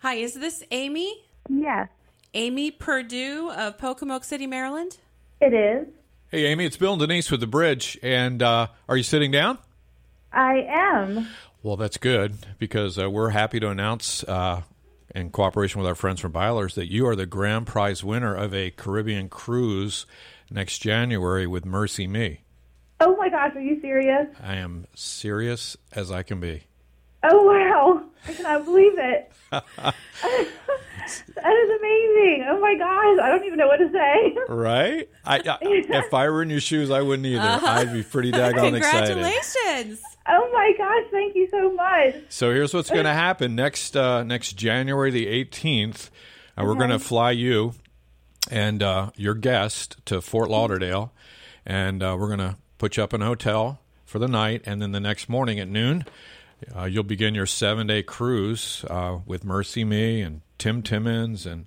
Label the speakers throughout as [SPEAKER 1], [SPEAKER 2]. [SPEAKER 1] Hi, is this Amy?
[SPEAKER 2] Yes,
[SPEAKER 1] Amy Purdue of Pocomoke City, Maryland?
[SPEAKER 2] it is.
[SPEAKER 3] Hey, Amy, it's Bill and Denise with the Bridge, and uh, are you sitting down?
[SPEAKER 2] I am.
[SPEAKER 3] Well, that's good because uh, we're happy to announce, uh, in cooperation with our friends from Bilers, that you are the grand prize winner of a Caribbean cruise next January with Mercy Me.
[SPEAKER 2] Oh my gosh, are you serious?
[SPEAKER 3] I am serious as I can be.
[SPEAKER 2] Oh wow, I cannot believe it. that is amazing. Oh my gosh, I don't even know what to say.
[SPEAKER 3] Right? I, I, if I were in your shoes, I wouldn't either. I'd be pretty daggone excited.
[SPEAKER 1] Congratulations.
[SPEAKER 2] Oh my gosh, thank you so much.
[SPEAKER 3] So here's what's going to happen next uh, next January the 18th. Uh, we're going to fly you and uh, your guest to Fort Lauderdale, and uh, we're going to put you up in a hotel for the night, and then the next morning at noon, uh, you'll begin your seven day cruise uh, with Mercy Me and Tim Timmons and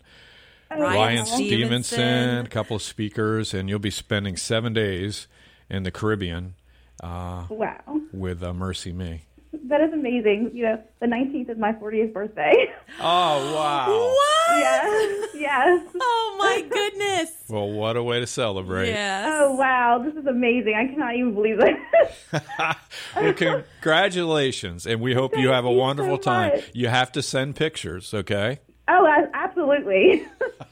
[SPEAKER 3] Ryan Stevenson, a couple of speakers, and you'll be spending seven days in the Caribbean
[SPEAKER 2] Wow,
[SPEAKER 3] with uh, Mercy Me.
[SPEAKER 2] that is amazing. You know, the 19th is my 40th birthday.
[SPEAKER 3] Oh wow!
[SPEAKER 1] What?
[SPEAKER 2] yes, yes.
[SPEAKER 1] Oh my goodness.
[SPEAKER 3] Well, what a way to celebrate!
[SPEAKER 1] Yes.
[SPEAKER 2] Oh wow, this is amazing. I cannot even believe it.
[SPEAKER 3] Well, congratulations, and we hope you have a
[SPEAKER 2] you so
[SPEAKER 3] wonderful time.
[SPEAKER 2] much.
[SPEAKER 3] You have to send pictures, okay?
[SPEAKER 2] oh, a- absolutely.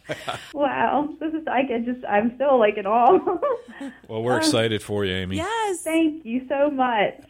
[SPEAKER 2] wow, this is. I can just. I'm still like in awe. Uh,
[SPEAKER 3] Well, we're excited for you, Amy.
[SPEAKER 1] Yes.
[SPEAKER 2] thank you so much.